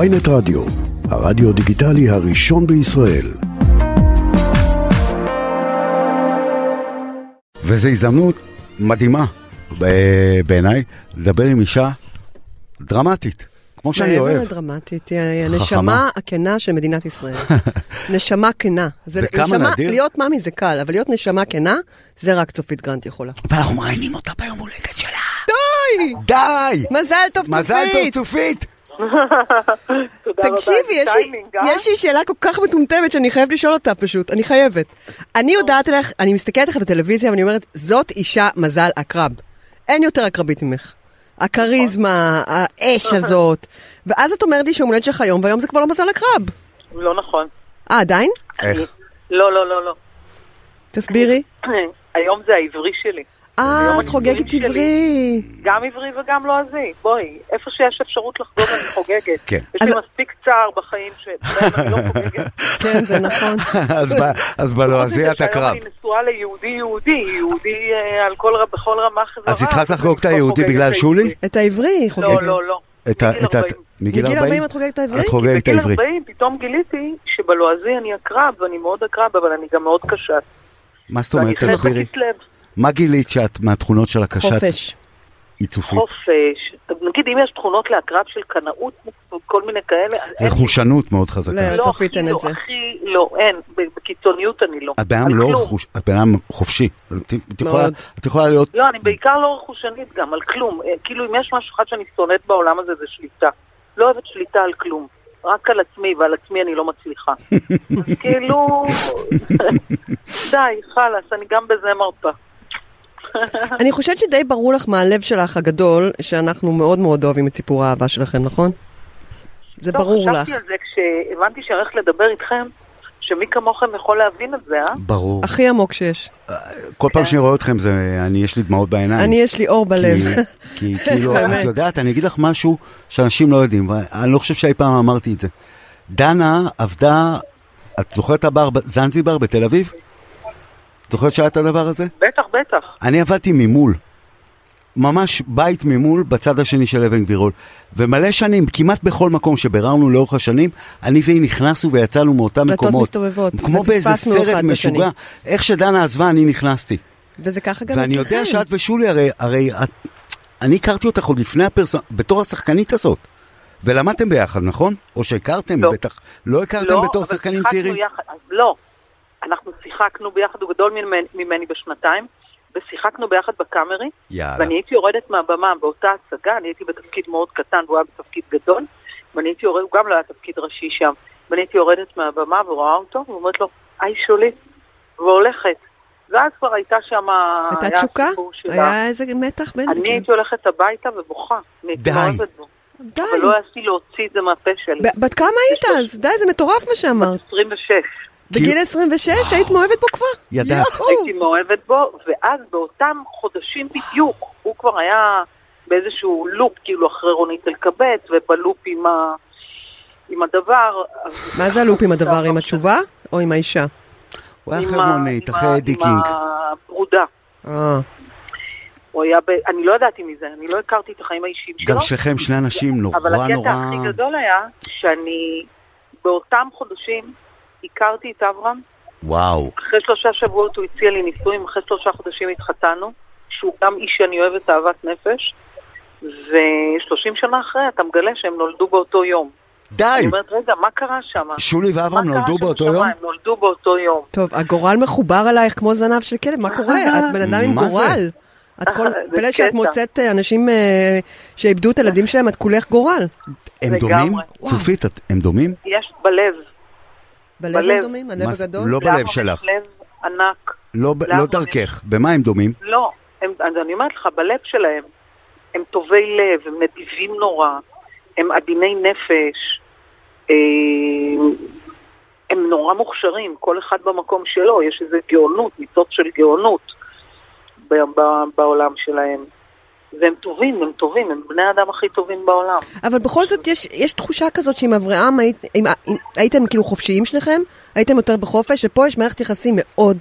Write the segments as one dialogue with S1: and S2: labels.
S1: ויינט רדיו, הרדיו דיגיטלי הראשון בישראל.
S2: וזו הזדמנות מדהימה ב- בעיניי לדבר עם אישה דרמטית, כמו שאני אוהב.
S3: מעבר לדרמטית, היא
S2: חכמה.
S3: הנשמה הכנה של מדינת ישראל. נשמה כנה. זה-
S2: וכמה
S3: נשמה-
S2: נדיר.
S3: להיות מאמי זה קל, אבל להיות נשמה כנה, זה רק צופית גרנט יכולה.
S2: ואנחנו מראיינים אותה ביום הולדת שלה.
S3: די!
S2: די!
S3: מזל טוב,
S2: מזל טוב
S3: צופית!
S2: צופית!
S4: תודה רבה,
S3: תקשיבי, יש לי-
S4: טיימינג, אה?
S3: יש לי שאלה כל כך מטומטמת שאני חייבת לשאול אותה פשוט, אני חייבת. אני יודעת עליך, אני מסתכלת עליך בטלוויזיה ואני אומרת, זאת אישה מזל עקרב. אין יותר עקרבית ממך. הכריזמה, האש
S4: נכון.
S3: הזאת. ואז את אומרת לי שיום הולדת שלך היום, והיום זה כבר לא מזל עקרב.
S4: לא נכון.
S3: אה, עדיין?
S2: איך?
S4: לא, לא, לא, לא.
S3: תסבירי.
S4: היום זה העברי שלי.
S3: אה,
S4: יום
S3: את חוגגת
S4: הכיפורים
S3: עברי.
S4: גם עברי וגם לועזי. בואי, איפה שיש אפשרות לחגוג אני חוגגת.
S2: כן.
S4: יש לי
S3: אז-
S4: מספיק צער בחיים שבהם אני לא חוגגת.
S3: כן, זה נכון.
S2: אז ב- לא, אז
S4: חוץ
S2: בלועזי
S4: מזה
S2: את
S4: שהיום
S2: הקרב.
S4: אני נשואה ליהודי יהודי, יהודי אה, על כל ר- בכל רמה חברה.
S2: אז התחלת לחגוג את
S4: אני לא
S2: היהודי
S4: חוגגת
S2: בגלל
S4: את
S2: שולי?
S4: היהודי.
S3: את העברי היא חוגגת.
S4: לא, לא, לא.
S2: את ה-
S4: מגיל
S2: את ה-
S4: 40.
S2: מגיל
S3: מגיל
S2: 40?
S3: 40 את חוגגת את העברי?
S2: את חוגגת את
S4: בגיל
S2: העברי.
S4: 40 פתאום גיליתי שבלועזי אני עקרב, ואני מאוד עקרב, אבל אני גם מאוד קשת.
S2: מה זאת אומרת?
S4: ואני
S2: תסבירי.
S4: חלקית לב.
S2: מה גילית שאת מהתכונות של הקשת
S3: חופש.
S2: היא צופית?
S4: חופש. נגיד, אם יש תכונות לעקרב של קנאות, כל מיני כאלה, אין
S2: רכושנות מאוד חזקה.
S3: לא.
S4: לא,
S3: צופית, אין
S4: הכי
S3: את
S4: לא,
S3: זה.
S4: הכי לא, אין, בקיצוניות אני לא.
S2: הבן
S4: על
S2: אדם לא
S4: כלום.
S2: רכוש, הבן אדם חופשי. את- את יכולה-
S3: מאוד.
S2: את יכולה להיות
S4: לא, אני בעיקר לא רכושנית גם, על כלום. אה, כאילו, אם יש משהו אחד שאני שונאת בעולם הזה, זה שליטה. לא אוהבת שליטה על כלום. רק על עצמי, ועל עצמי אני לא מצליחה. אז כאילו... די, חלאס, אני גם בזה מרפה.
S3: אני חושבת שדי ברור לך מהלב שלך הגדול, שאנחנו מאוד מאוד אוהבים את סיפור האהבה שלכם, נכון? זה
S4: טוב,
S3: ברור לך.
S4: לא, חשבתי על זה כשהבנתי שאני הולכת לדבר איתכם, שמי כמוכם יכול להבין את זה, אה?
S2: ברור.
S3: הכי עמוק שיש.
S2: כן. כל פעם שאני רואה אתכם, זה- אני, יש לי דמעות בעיניים.
S3: כן. אני, יש לי אור בלב.
S2: כי- כי כאילו, את
S3: באמת.
S2: יודעת, אני אגיד לך משהו שאנשים לא יודעים, ואני לא חושב שאי פעם אמרתי את זה. דנה עבדה, את זוכרת את הבר ב- זנזיבר בתל אביב? את זוכרת שהיה את הדבר הזה?
S4: בטח, בטח.
S2: אני עבדתי ממול. ממש בית ממול, בצד השני של אבן גבירול. ומלא שנים, כמעט בכל מקום שביררנו לאורך השנים, אני והיא נכנסנו ויצאנו מאותם
S3: דלתות
S2: מקומות.
S3: מסתובבות,
S2: כמו באיזה
S3: ופספסנו אחד
S2: סרט
S3: את
S2: משוגע.
S3: השני.
S2: איך שדנה עזבה, אני נכנסתי.
S3: וזה ככה גם
S2: ואני יודע
S3: אצלכם.
S2: שאת ושולי, הרי, הרי את, אני הכרתי אותך עוד לפני הפרסום, בתור השחקנית הזאת. ולמדתם ביחד, נכון? או שהכרתם,
S4: לא.
S2: בטח. לא הכרתם
S4: לא,
S2: בתור
S4: אבל
S2: שחקנים
S4: שיחקנו
S2: צעירים?
S4: יחד, לא, אנחנו שיחקנו ביחד, הוא גדול ממני, ממני בשנתיים, ושיחקנו ביחד בקאמרי,
S2: יאללה.
S4: ואני הייתי יורדת מהבמה באותה הצגה, אני הייתי בתפקיד מאוד קטן והוא היה בתפקיד גדול, ואני הייתי יורדת, הוא גם לא היה תפקיד ראשי שם, ואני הייתי יורדת מהבמה ורואה אותו, ואומרת לו, היי שולי, והולכת. ואז כבר הייתה שם...
S3: הייתה
S4: היה
S3: תשוקה?
S4: הסיפור שלה.
S3: היה איזה מתח בין...
S4: אני הייתי הולכת הביתה ובוכה. אני הייתי
S2: די.
S4: מאוהבת בו,
S3: די.
S4: אבל לא יעשתי להוציא את זה מהפה שלי.
S3: ב- בת כמה היית אז? די, זה מטורף מה שאמרת.
S4: 26.
S3: בגיל 26 היית מאוהבת בו כבר?
S2: ידעת.
S3: יואו.
S4: הייתי מאוהבת בו, ואז באותם חודשים בדיוק, הוא כבר היה באיזשהו לופ, כאילו אחרי רונית אלקבץ, ובלופ עם, ה... עם הדבר. אז-
S3: מה זה הלופ עם הדבר, עם התשובה או עם האישה?
S2: הוא היה
S4: עם ה-
S2: חרמונית,
S4: עם
S2: אחרי
S4: ה-
S2: אדי
S4: עם
S2: קינג.
S4: הפרודה.
S3: אה.
S4: הוא היה ב... אני לא ידעתי מזה, אני לא הכרתי את החיים האישיים שלו.
S2: גם שניכם שני אנשים נורא
S4: לא. אבל
S2: נורא...
S4: הקטע הכי גדול היה שאני באותם חודשים הכרתי את אברהם,
S2: וואו.
S4: אחרי שלושה שבועות הוא הציע לי נישואים, אחרי שלושה חודשים התחתנו, שהוא גם איש שאני אוהבת אהבת נפש, ו-30 שנה אחרי אתה מגלה שהם נולדו באותו יום.
S2: די!
S4: אני אומרת, רגע, מה קרה שם?
S2: שולי ואברהם
S4: מה קרה
S2: נולדו
S4: שם
S2: באותו
S4: שמה?
S2: יום?
S4: הם נולדו באותו יום.
S3: טוב, הגורל מחובר אלייך כמו זנב של כלב, מה קורה? את בן אדם עם
S2: מה זה?
S3: גורל. את כל...
S4: זה
S3: פלא שאת
S4: קטע.
S3: מוצאת אה, אנשים אה, שאיבדו את הילדים שלהם, את כולך גורל.
S2: הם
S4: לגמרי.
S2: דומים?
S3: וואו.
S2: צופית, את- הם דומים?
S4: יש בלב.
S3: בלב הם
S4: בלב.
S3: דומים, הלב
S2: מה זה?
S3: הגדול.
S2: לא
S4: לאברהם
S2: בלב שלך.
S4: יש לב ענק.
S2: לא ב- לא
S4: לאברהם
S2: דרכך. במה הם דומים?
S4: לא, הם, אז אני אומרת לך, בלב שלהם, הם טובי לב, הם נדיבים נורא, הם עדיני נפש, אה, הם נורא מוכשרים, כל אחד במקום שלו, יש איזו גאונות, מיטות של גאונות ב- ב- בעולם שלהם. והם טובים, הם טובים, הם בני האדם הכי טובים בעולם.
S3: אבל בכל זאת יש, יש תחושה כזאת שעם אברהם היית, עם, עם, הייתם כאילו חופשיים שניכם, הייתם יותר בחופש, ופה יש מערכת יחסים מאוד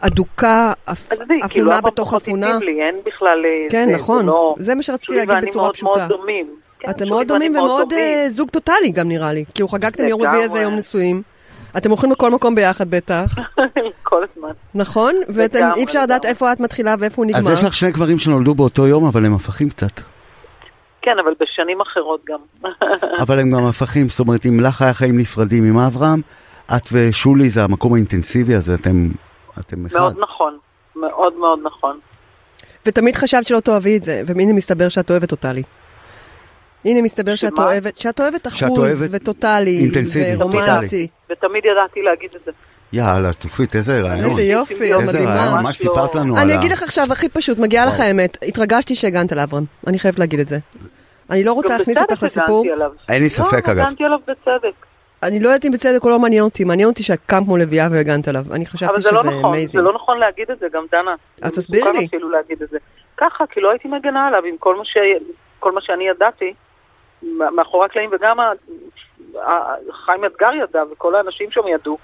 S3: אדוקה, אפ,
S4: עזבי, כאילו,
S3: אפונה
S4: אבא
S3: בתוך
S4: פחות
S3: אפונה.
S4: לי, אין בכלל... אה,
S3: כן,
S4: זה-
S3: נכון.
S4: זה לא-
S3: זה מה שרציתי
S4: שולי
S3: להגיד
S4: ואני
S3: בצורה
S4: מאוד
S3: פשוטה.
S4: מאוד דומים. כן,
S3: אתם
S4: שומעים
S3: מאוד
S4: ואני
S3: דומים
S4: מאוד
S3: ומאוד
S4: דומים.
S3: אה, זוג טוטאלי גם נראה לי. כאילו חגגתם יום
S4: לגמרי.
S3: רביעי הזה יום נישואים. אתם הולכים לכל מקום ביחד בטח, אה,
S4: כל הזמן.
S3: נכון? ואתם
S4: לגמרי,
S3: אי אפשר לדעת
S4: לגמרי.
S3: איפה את מתחילה ואיפה הוא נגמר.
S2: אז יש לך שני גברים שנולדו באותו יום, אבל הם הפכים קצת.
S4: כן, אבל בשנים אחרות גם.
S3: נכון.
S2: אבל הם גם הפכים, זאת אומרת, אם לך היה חיים נפרדים עם אברהם, את ושולי זה המקום האינטנסיבי הזה, אתם, אתם אחד.
S4: מאוד נכון. מאוד מאוד נכון.
S3: ותמיד חשבת שלא תאהבי את זה, והנה מסתבר שאת אוהבת טוטאלי. הנה מסתבר שאת
S4: שמה?
S3: אוהבת, שאת אוהבת אחוז
S2: אוהבת
S3: וטוטאלי,
S2: אינטנסיבי,
S3: ורומנטי.
S4: ותמיד ידעתי להגיד את זה.
S2: יאללה, תופית, איזה רעיון.
S3: איזה יופי,
S4: איזה
S2: איזה רעיון,
S3: מדהימה.
S2: מה
S4: ממש לא.
S2: שסיפרת לנו על
S3: אני
S2: ה...
S3: אגיד לך עכשיו הכי פשוט, מגיעה לך האמת, התרגשתי שהגנת על אברהם, אני חייבת להגיד את זה. אני לא רוצה
S4: גם
S3: להכניס
S4: בצדק
S3: אותך לסיפור,
S4: הגנתי עליו.
S2: אין לי ספק,
S4: לא,
S2: אגב.
S4: הגנתי עליו בצדק.
S3: אני לא יודעת אם בצדק או לא מעניין אותי, מעניין אותי שאת קמת כמו לביאה והגנת עליו, אני חשבתי
S4: אבל
S3: שזה
S4: זה לא נכון, זה
S3: amazing.
S4: לא נכון להגיד את זה גם, דנה.
S3: אז
S4: זה
S3: תסבירי
S4: מסוכן
S3: לי.
S4: אפילו להגיד את זה. ככה, כי לא הייתי מגנה עליו עם כל מה, ש... כל מה שאני ידעתי, מ- מאחורי הקלעים, וגם ה... ה- חיים אתגר ידע, וכל האנשים שם ידעו.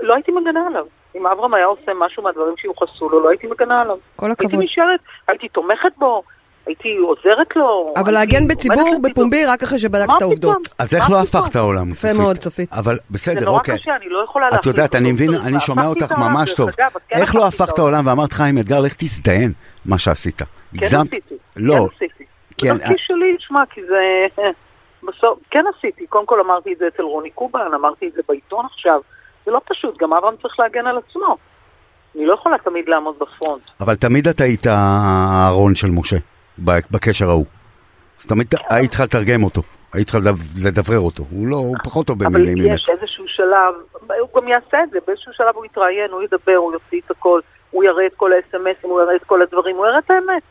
S4: לא הייתי מגנה עליו. אם אברהם היה עושה משהו מהדברים שיוחסו לו, לא הייתי מגנה עליו.
S3: כל
S4: הייתי
S3: הכבוד.
S4: נשארת, הייתי תומכת בו, הייתי עוזרת לו.
S3: אבל
S4: הייתי
S3: להגן
S4: עומדת
S3: בציבור
S4: לצידו.
S3: בפומבי רק אחרי שבדקת
S4: מה
S3: את העובדות.
S4: פתאום?
S2: אז איך
S4: מה
S2: לא
S4: פתאום?
S2: הפכת עולם, צופית?
S3: יפה מאוד, צופית.
S2: אבל
S4: זה
S2: בסדר,
S4: נורא
S2: אוקיי.
S4: קשה, אני לא יכולה
S2: את
S4: להחליף
S2: יודעת, אני
S4: אותו.
S2: מבין, אני שומע
S4: והפכתי
S2: אותך
S4: את העולם,
S2: ממש
S4: דרך
S2: טוב.
S4: אגב, אבל כן
S2: איך לא
S4: הפכתי את
S2: הפכת עולם ואמרת, חיים אתגר, לך תזדיין מה שעשית.
S4: כן
S2: הגזמת.
S4: עשיתי. כן
S2: לא,
S4: עשיתי.
S2: כן,
S4: כן. זה תפקיד שלי, שמע, כי זה... בסוף, כן עשיתי. קודם כל אמרתי את זה אצל רוני קובן, אמרתי את זה בעיתון עכשיו. זה לא פשוט, גם אברהם צריך להגן על עצמו. אני לא יכולה תמיד לעמוד בפרונט.
S2: אבל תמיד את היית הארון של משה, ב- בקשר ההוא. אז תמיד
S4: כן,
S2: היית צריכה לתרגם אותו, היית צריכה לדב- לדברר אותו. הוא לא, הוא פחות טוב
S4: אבל
S2: במילים ממך.
S4: יש איזשהו שלב, הוא גם יעשה את זה, באיזשהו שלב הוא יתראיין, הוא ידבר, הוא יוציא את הכל, הוא יראה את כל האס.אם.אסים, הוא יראה את כל הדברים, הוא יראה את האמת.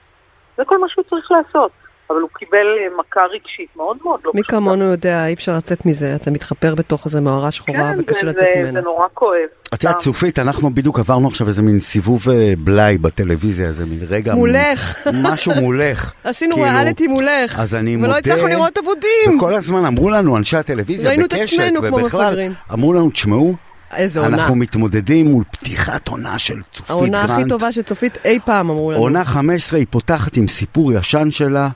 S4: זה כל מה שהוא צריך לעשות. אבל הוא קיבל אה, מכה רגשית מאוד מאוד לא
S3: מי
S4: פשוטה.
S3: כמונו יודע, אי אפשר לצאת מזה, אתה מתחפר בתוך איזה מערה שחורה
S4: כן,
S3: וקשה
S4: זה-
S3: לצאת
S4: זה-
S3: ממנה.
S4: זה נורא כואב.
S2: את יודעת,
S4: סתם.
S2: צופית, אנחנו בדיוק עברנו עכשיו איזה מין סיבוב אה, בלאי בטלוויזיה, איזה מין רגע...
S3: מולך.
S2: משהו מולך.
S3: עשינו
S2: כאילו,
S3: ריאליטי מולך,
S2: אז אני מודה...
S3: ולא הצלחנו לראות אבודים.
S2: וכל הזמן אמרו לנו, אנשי הטלוויזיה,
S3: ראינו את
S2: בקשת
S3: עצמנו כמו
S2: ובכלל,
S3: מפגרים.
S2: אמרו לנו, תשמעו,
S3: איזה עונה.
S2: אנחנו מתמודדים מול פתיחת עונה של צופית גרנט.
S3: העונה הכי טובה שצופית אי פעם אמרו לנו.
S2: עונה 15 היא פותחת עם סיפור ישן שלה,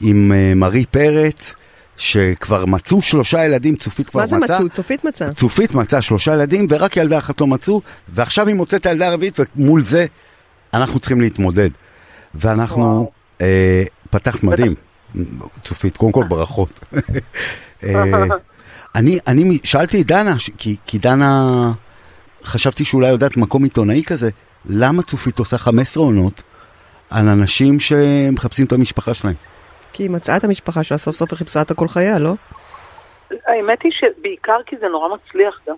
S2: עם אה, מרי פרץ, שכבר מצאו שלושה ילדים, צופית כבר
S3: מה
S2: מצאה.
S3: זה מצאו? צופית מצאה.
S2: צופית מצאה שלושה ילדים, ורק ילדה אחת לא מצאו, ועכשיו היא מוצאת את הילדה הרביעית, ומול זה אנחנו צריכים להתמודד. ואנחנו,
S4: וואו.
S2: אה, פתחת מדהים, צופית, קודם כל ברכות. אה, אני, אני שאלתי את דנה, ש- כי, כי דנה, חשבתי שאולי יודעת מקום עיתונאי כזה, למה צופית עושה 15 עונות על אנשים שמחפשים את המשפחה שלהם?
S3: כי היא מצאה את המשפחה שלה סוף סוף וחיפשה אותה כל חייה, לא?
S4: האמת היא שבעיקר כי זה נורא מצליח גם.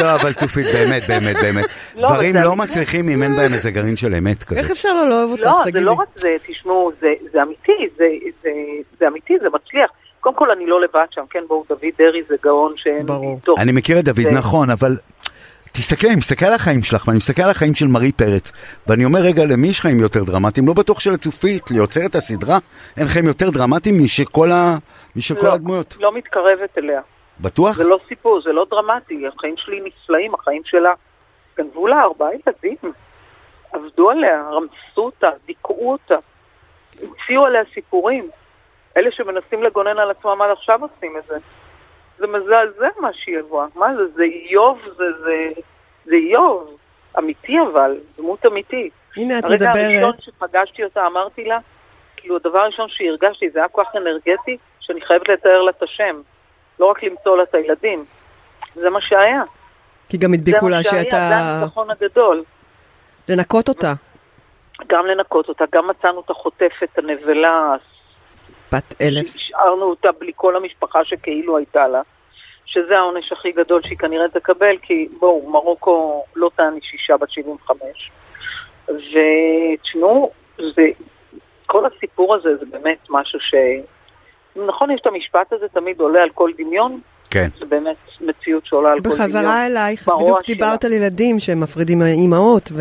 S2: לא, אבל צופית, באמת, באמת, באמת.
S4: לא,
S2: דברים
S4: זה
S2: לא
S4: אמיתי.
S2: מצליחים אם אין בהם איזה גרעין של אמת כזה.
S3: איך אפשר לא לאהוב
S4: לא,
S3: אותך,
S4: זה
S3: תגידי?
S4: לא רק זה, תשמעו, זה, זה אמיתי, זה, זה, זה אמיתי, זה מצליח. קודם כל, אני לא לבד שם, כן, בואו, דוד דרעי זה גאון שאין
S3: ברור.
S4: איתו.
S2: אני מכיר את דוד,
S4: זה-
S2: נכון, אבל תסתכלי, אני מסתכל על החיים שלך, ואני מסתכל על החיים של מרי פרץ, ואני אומר, רגע, למי יש חיים יותר דרמטיים? לא בטוח שלצופית, ליוצרת הסדרה, אין חיים יותר דרמטיים משכל ה- משל כל
S4: לא,
S2: הדמויות.
S4: לא מתקרבת אליה.
S2: בטוח?
S4: זה לא סיפור, זה לא דרמטי, החיים שלי נפלאים, החיים שלה. גנבו לה ארבעה ילדים, עבדו עליה, רמסו אותה, דיכאו אותה, המציאו עליה סיפורים. אלה שמנסים לגונן על עצמם עד עכשיו עושים את זה. זה מזעזע מה שהיא עברה. מה זה? זה איוב, זה, זה, זה איוב. אמיתי אבל, דמות אמיתית.
S3: הנה את
S4: הרגע הראשון
S3: מדברת.
S4: שפגשתי אותה אמרתי לה, כאילו הדבר הראשון שהרגשתי, זה היה כל כך אנרגטי, שאני חייבת לתאר לה את השם. לא רק למצוא לה את הילדים. זה מה שהיה.
S3: כי גם
S4: זה
S3: הדביקו לה
S4: מה שהיה, זה
S3: שהייתה...
S4: הניצחון הגדול.
S3: לנקות אותה.
S4: גם לנקות אותה, גם מצאנו את החוטפת, הנבלה,
S3: בת אלף.
S4: השארנו אותה בלי כל המשפחה שכאילו הייתה לה, שזה העונש הכי גדול שהיא כנראה תקבל, כי בואו, מרוקו לא תעניש אישה בת 75. ותשמעו, זה, כל הסיפור הזה זה באמת משהו ש... נכון, יש את המשפט הזה, תמיד עולה על כל דמיון,
S2: כן.
S4: זה באמת מציאות שעולה על כל דמיון.
S3: בחזרה אלייך, את
S4: ברוע
S3: בדיוק
S4: שלה.
S3: דיברת על ילדים שמפרידים אימהות,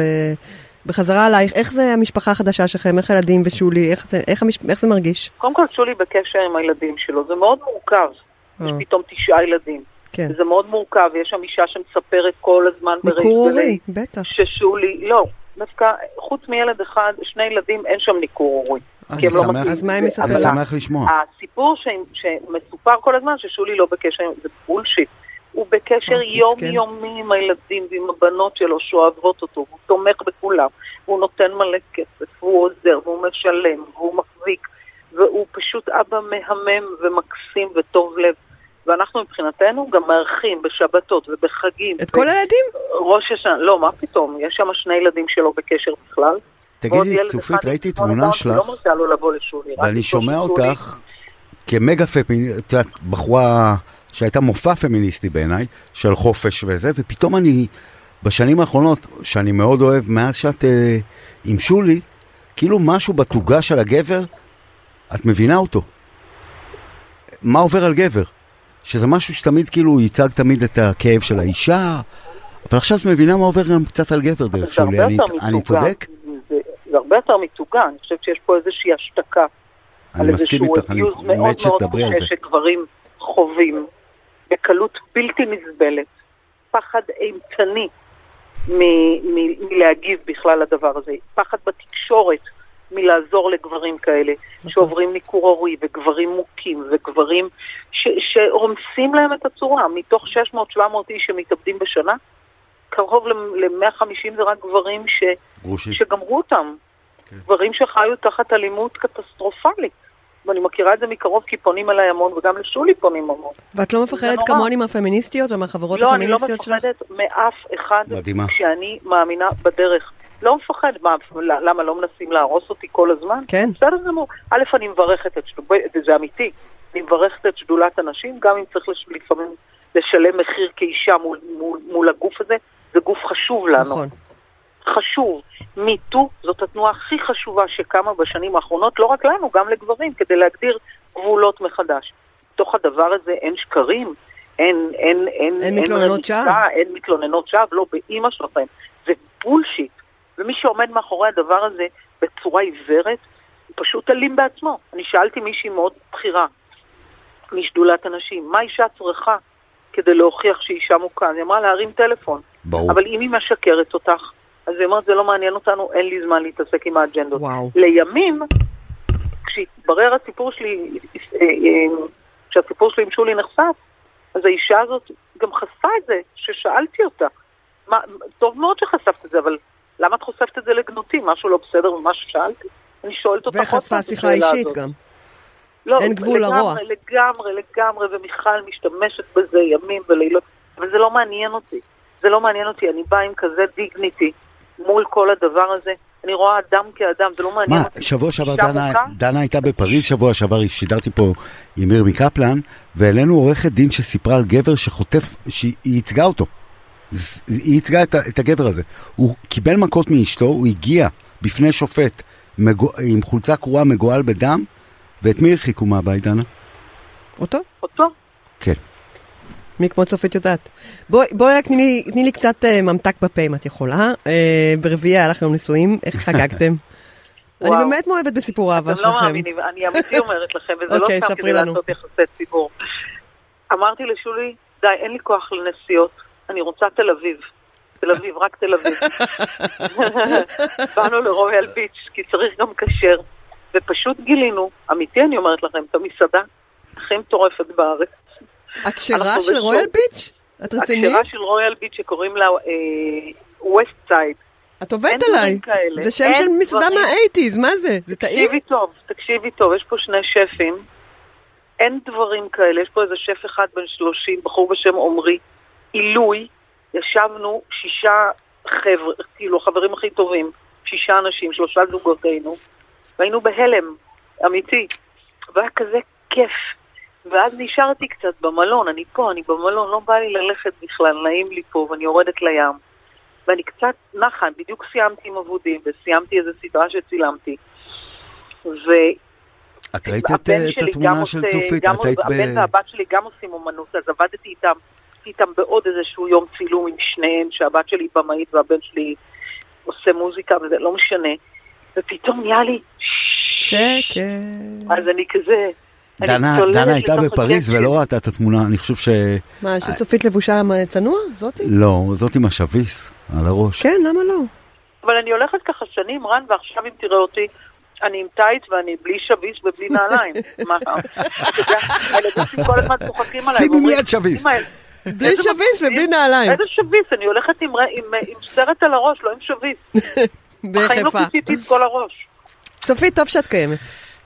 S3: ובחזרה אלייך, איך זה המשפחה החדשה שלכם, איך הילדים ושולי, איך זה- איך המש- איך זה מרגיש?
S4: קודם כל, שולי בקשר עם הילדים שלו, זה מאוד מורכב. יש
S3: אה,
S4: פתאום תשעה ילדים,
S3: כן.
S4: זה מאוד מורכב, יש שם אישה שמספרת כל הזמן בריש
S3: ניכור
S4: גלי.
S3: הורי, בטח.
S4: ששולי, לא, דווקא חוץ מילד אחד, שני ילדים, אין שם ניכור הורי. כי הם לא
S2: אה, אני שמח-
S4: מתאים.
S3: אז מה הם מספרים?
S2: אני
S4: אבל
S2: שמח לשמוע.
S4: הסיפור ש- שמסופר כל הזמן, ששולי לא בקשר, עם- זה בולשיט. הוא בקשר
S3: אה, מסכן.
S4: יומיומי עם הילדים ועם הבנות שלו שאוהבות אותו, הוא תומך בכולם, הוא נותן מלא כסף, הוא עוזר, והוא משלם, והוא מחזיק, והוא פשוט אבא מהמם ומקסים וטוב לב. ואנחנו מבחינתנו גם מארחים בשבתות ובחגים.
S3: את כל הילדים?
S4: ראש השנה, לא, מה פתאום, יש שם שני ילדים שלא בקשר בכלל. ועוד
S2: תגידי,
S4: ילד
S2: צופית,
S4: אחד
S2: ראיתי
S4: עם שמונה
S2: תמונה
S4: דאון
S2: שלך,
S4: שלא מרשה לו לבוא לשולי, רק
S2: ואני
S4: לפגוש
S2: שומע
S4: את שולי.
S2: אותך כמגה פמיניסט, את יודעת, בחורה שהייתה מופע פמיניסטי בעיניי, של חופש וזה, ופתאום אני, בשנים האחרונות, שאני מאוד אוהב, מאז שאת אה, עם שולי, כאילו משהו בתוגה של הגבר, את מבינה אותו. מה עובר על גבר? שזה משהו שתמיד, כאילו, ייצג תמיד את הכאב של האישה, אבל עכשיו את מבינה מה עובר גם קצת על גבר דרך
S4: זה הרבה
S2: שולי, אני,
S4: יותר
S2: אני
S4: מתוגה.
S2: צודק?
S4: זה- זה הרבה יותר מתוגה, אני חושבת שיש פה איזושהי השתקה.
S2: אני מסכים איתך, אני
S4: על איזשהו
S2: מת
S4: abuse מאוד מאוד
S2: שתדברי על
S4: קשה
S2: זה.
S4: שגברים חווים בקלות בלתי נסבלת, פחד אימתני מ- מ- מלהגיב בכלל לדבר הזה, פחד בתקשורת מלעזור לגברים כאלה
S2: נכון.
S4: שעוברים ניכור הורי וגברים מוכים וגברים ש- שרומסים להם את הצורה, מתוך 600-700 איש שמתאבדים בשנה, קרוב ל-150 זה רק גברים ש...
S2: גרושים.
S4: שגמרו אותם.
S2: כן.
S4: גברים שחיו תחת אלימות קטסטרופלית. ואני מכירה את זה מקרוב כי פונים אליי המון, וגם לשולי פונים המון.
S3: ואת לא מפחדת
S4: נורא.
S3: כמוני מהפמיניסטיות או מהחברות
S4: לא, אני לא
S3: הפמיניסטיות שלך?
S4: מפחדת מאף אחד
S2: מדהימה.
S4: כשאני מאמינה בדרך. לא מפחד, מה, למה לא מנסים להרוס אותי כל הזמן?
S3: כן.
S4: בסדר גמור. א', אני מברכת את שדולת, וזה אמיתי, אני מברכת את שדולת הנשים, גם אם צריך לש- לפעמים לשלם מחיר כאישה מול, מול, מול הגוף הזה, זה גוף חשוב לנו.
S3: נכון.
S4: חשוב. מיטו זאת התנועה הכי חשובה שקמה בשנים האחרונות, לא רק לנו, גם לגברים, כדי להגדיר גבולות מחדש. בתוך הדבר הזה אין שקרים, אין, אין, אין,
S3: אין מתלוננות
S4: רמיסה,
S3: שווא.
S4: אין מתלוננות שווא, לא באימא שלכם. זה בולשיט. ומי שעומד מאחורי הדבר הזה בצורה עיוורת, הוא פשוט אלים בעצמו. אני שאלתי מישהי מאוד בכירה משדולת הנשים, מה אישה צריכה כדי להוכיח שהיא אישה מוכה? אז היא אמרה להרים טלפון.
S2: ברור.
S4: אבל אם היא משקרת אותך, אז היא אומרת, זה לא מעניין אותנו, אין לי זמן להתעסק עם האג'נדות.
S3: וואו.
S4: לימים, כשהתברר הסיפור שלי, אה, אה, כשהסיפור שלי עם שולי נחשף, אז האישה הזאת גם חשפה את זה, ששאלתי אותה. מה, טוב מאוד שחשפת את זה, אבל למה את חושפת את זה לגנותי? משהו לא בסדר במה ששאלתי? אני שואלת אותך עוד פעם
S3: וחשפה
S4: את
S3: שיחה
S4: השאלה
S3: אישית
S4: הזאת.
S3: גם.
S4: לא,
S3: אין גבול
S4: לגמרי,
S3: לרוע.
S4: לגמרי, לגמרי, ומיכל משתמשת בזה ימים ולילות, אבל זה לא מעניין אותי. זה לא מעניין אותי, אני באה עם כזה דיגניטי מול כל הדבר הזה. אני רואה אדם כאדם, זה לא מעניין
S2: מה,
S4: אותי.
S2: שבוע שעבר
S4: אישה
S2: דנה,
S4: מוכה?
S2: דנה הייתה בפריז שבוע שעבר, שידרתי פה עם מירמי קפלן, והעלינו עורכת דין שסיפרה על גבר שחוטף, שהיא ייצגה אותו. ז- היא ייצגה את, ה- את הגבר הזה. הוא קיבל מכות מאשתו, הוא הגיע בפני שופט מגו, עם חולצה קרועה מגואל בדם, ואת מי הרחיקו מהבית, דנה?
S3: אותו?
S4: אותו?
S2: כן.
S3: מי כמו צופית יודעת. בואי בואי רק תני לי- תני לי קצת אה, ממתק בפה אם את יכולה. אה, ברביעי היה לכם נישואים, איך חגגתם? אני
S4: וואו.
S3: באמת מאוהבת בסיפור האהבה
S4: אתם לא
S3: שלכם.
S4: מאמינים, אני אמיתי אומרת לכם, וזה לא
S3: אוקיי,
S4: סתם
S3: ספרי
S4: כדי
S3: לנו.
S4: לעשות יחסי ציבור. אמרתי לשולי, די, אין לי כוח לנסיעות, אני רוצה תל אביב. תל אביב, רק תל אביב. באנו לרויאל ביץ', כי צריך גם כשר. ופשוט גילינו, אמיתי אני אומרת לכם, את המסעדה הכי מטורפת בארץ.
S3: הכשרה
S4: אנחנו
S3: של
S4: בשוק.
S3: רויאל ביץ'? את רצינית?
S4: הכשרה של רויאל ביץ' שקוראים לה אה, ווסט סייד.
S3: את עובדת
S4: אין דברים
S3: עליי.
S4: כאלה.
S3: זה שם
S4: אין
S3: של מסעדה
S4: דברים.
S3: מהאייטיז, מה זה? זה טעים?
S4: תקשיבי טוב, תקשיבי טוב, יש פה שני שפים. אין דברים כאלה, יש פה איזה שף אחד בן 30, בחור בשם עמרי, עילוי. ישבנו שישה חבר'ה, כאילו החברים הכי טובים, שישה אנשים, שלושה זוגות היינו, והיינו בהלם, אמיתי. והיה כזה כיף. ואז נשארתי קצת במלון, אני פה, אני במלון, לא בא לי ללכת בכלל, נעים לי פה, ואני יורדת לים. ואני קצת נחה, בדיוק סיימתי עם אבודים, וסיימתי איזו סדרה שצילמתי. והבן
S2: את ראית את, אה, את
S4: שלי גם
S2: התמונה
S4: עושה,
S2: של צופית?
S4: גם
S2: את היית ב...
S4: הבן והבת שלי גם עושים אומנות, אז עבדתי איתם, עשיתי איתם בעוד איזשהו יום צילום עם שניהם, שהבת שלי היא במאית והבן שלי עושה מוזיקה, וזה לא משנה. ופתאום נהיה לי,
S3: שקט.
S4: אז אני כזה... אני
S2: דנה,
S4: צוללת
S2: דנה הייתה
S4: לתוך
S2: בפריז
S4: הג'ט
S2: ולא ראתה את התמונה, אני חושב ש...
S3: מה, שצופית לבושה מה, צנוע? זאתי?
S2: לא, זאת עם השביס על הראש.
S3: כן, למה לא?
S4: אבל אני הולכת ככה שנים, רן, ועכשיו אם תראה אותי, אני עם טייץ ואני בלי שביס ובלי נעליים. מה? אתה יודע, הילדים כל הזמן צוחקים עליי.
S2: שימי
S4: ואומרים,
S2: מיד שביס.
S4: "אמא,
S3: בלי
S4: איזה
S3: שביס
S4: מפחיד.
S3: ובלי נעליים.
S4: איזה שביס? אני הולכת עם ר- עם, אה, עם סרט על הראש, לא עם שביס. בחיים לא
S3: בחיפה.
S4: כיסיתי את כל הראש.
S3: צופית, טוב שאת קיימת.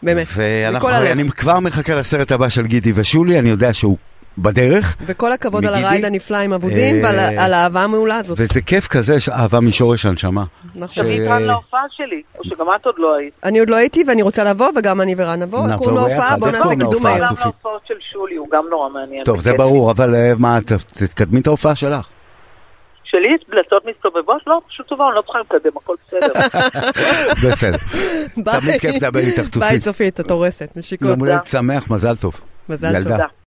S3: באמת.
S2: ואנחנו,
S3: מכל הלב.
S2: אני כבר מחכה לסרט הבא של גידי ושולי, אני יודע שהוא בדרך,
S3: וכל הכבוד על
S2: מגידי?
S3: הרייד הנפלא עם אבודים
S2: אה,
S3: ועל ה- על האהבה המעולה הזאת.
S2: וזה כיף כזה, יש אהבה משורש הנשמה.
S3: נכון.
S4: תמיד רן להופעה שלי, או שגם את עוד לא היית.
S3: אני עוד לא הייתי ואני רוצה לבוא, וגם אני ורן נבוא.
S2: נבוא
S3: קוראים להופעה,
S2: ביחד.
S3: בואו
S2: איפה
S3: נעשה
S2: קוראים
S3: קידום
S2: לא להופעה?
S3: היום.
S4: גם
S2: צופית.
S4: להופעות של שולי, הוא גם נורא מעניין.
S2: טוב, זה
S4: וכן.
S2: ברור, אבל אה, מה, ת- תקדמי את ההופעה שלך.
S4: שלי יש דלתות מסתובבות? לא, פשוט טובה, אני לא צריכה לקדם, הכל בסדר.
S2: בסדר.
S3: ביי.
S2: תמיד כיף לדבר איתך, צופית. לא
S3: ביי צופית, את הורסת. נשיקות.
S2: יום הולדת שמח, מזל טוב.
S3: מזל טוב.
S2: ילדה.
S4: תודה.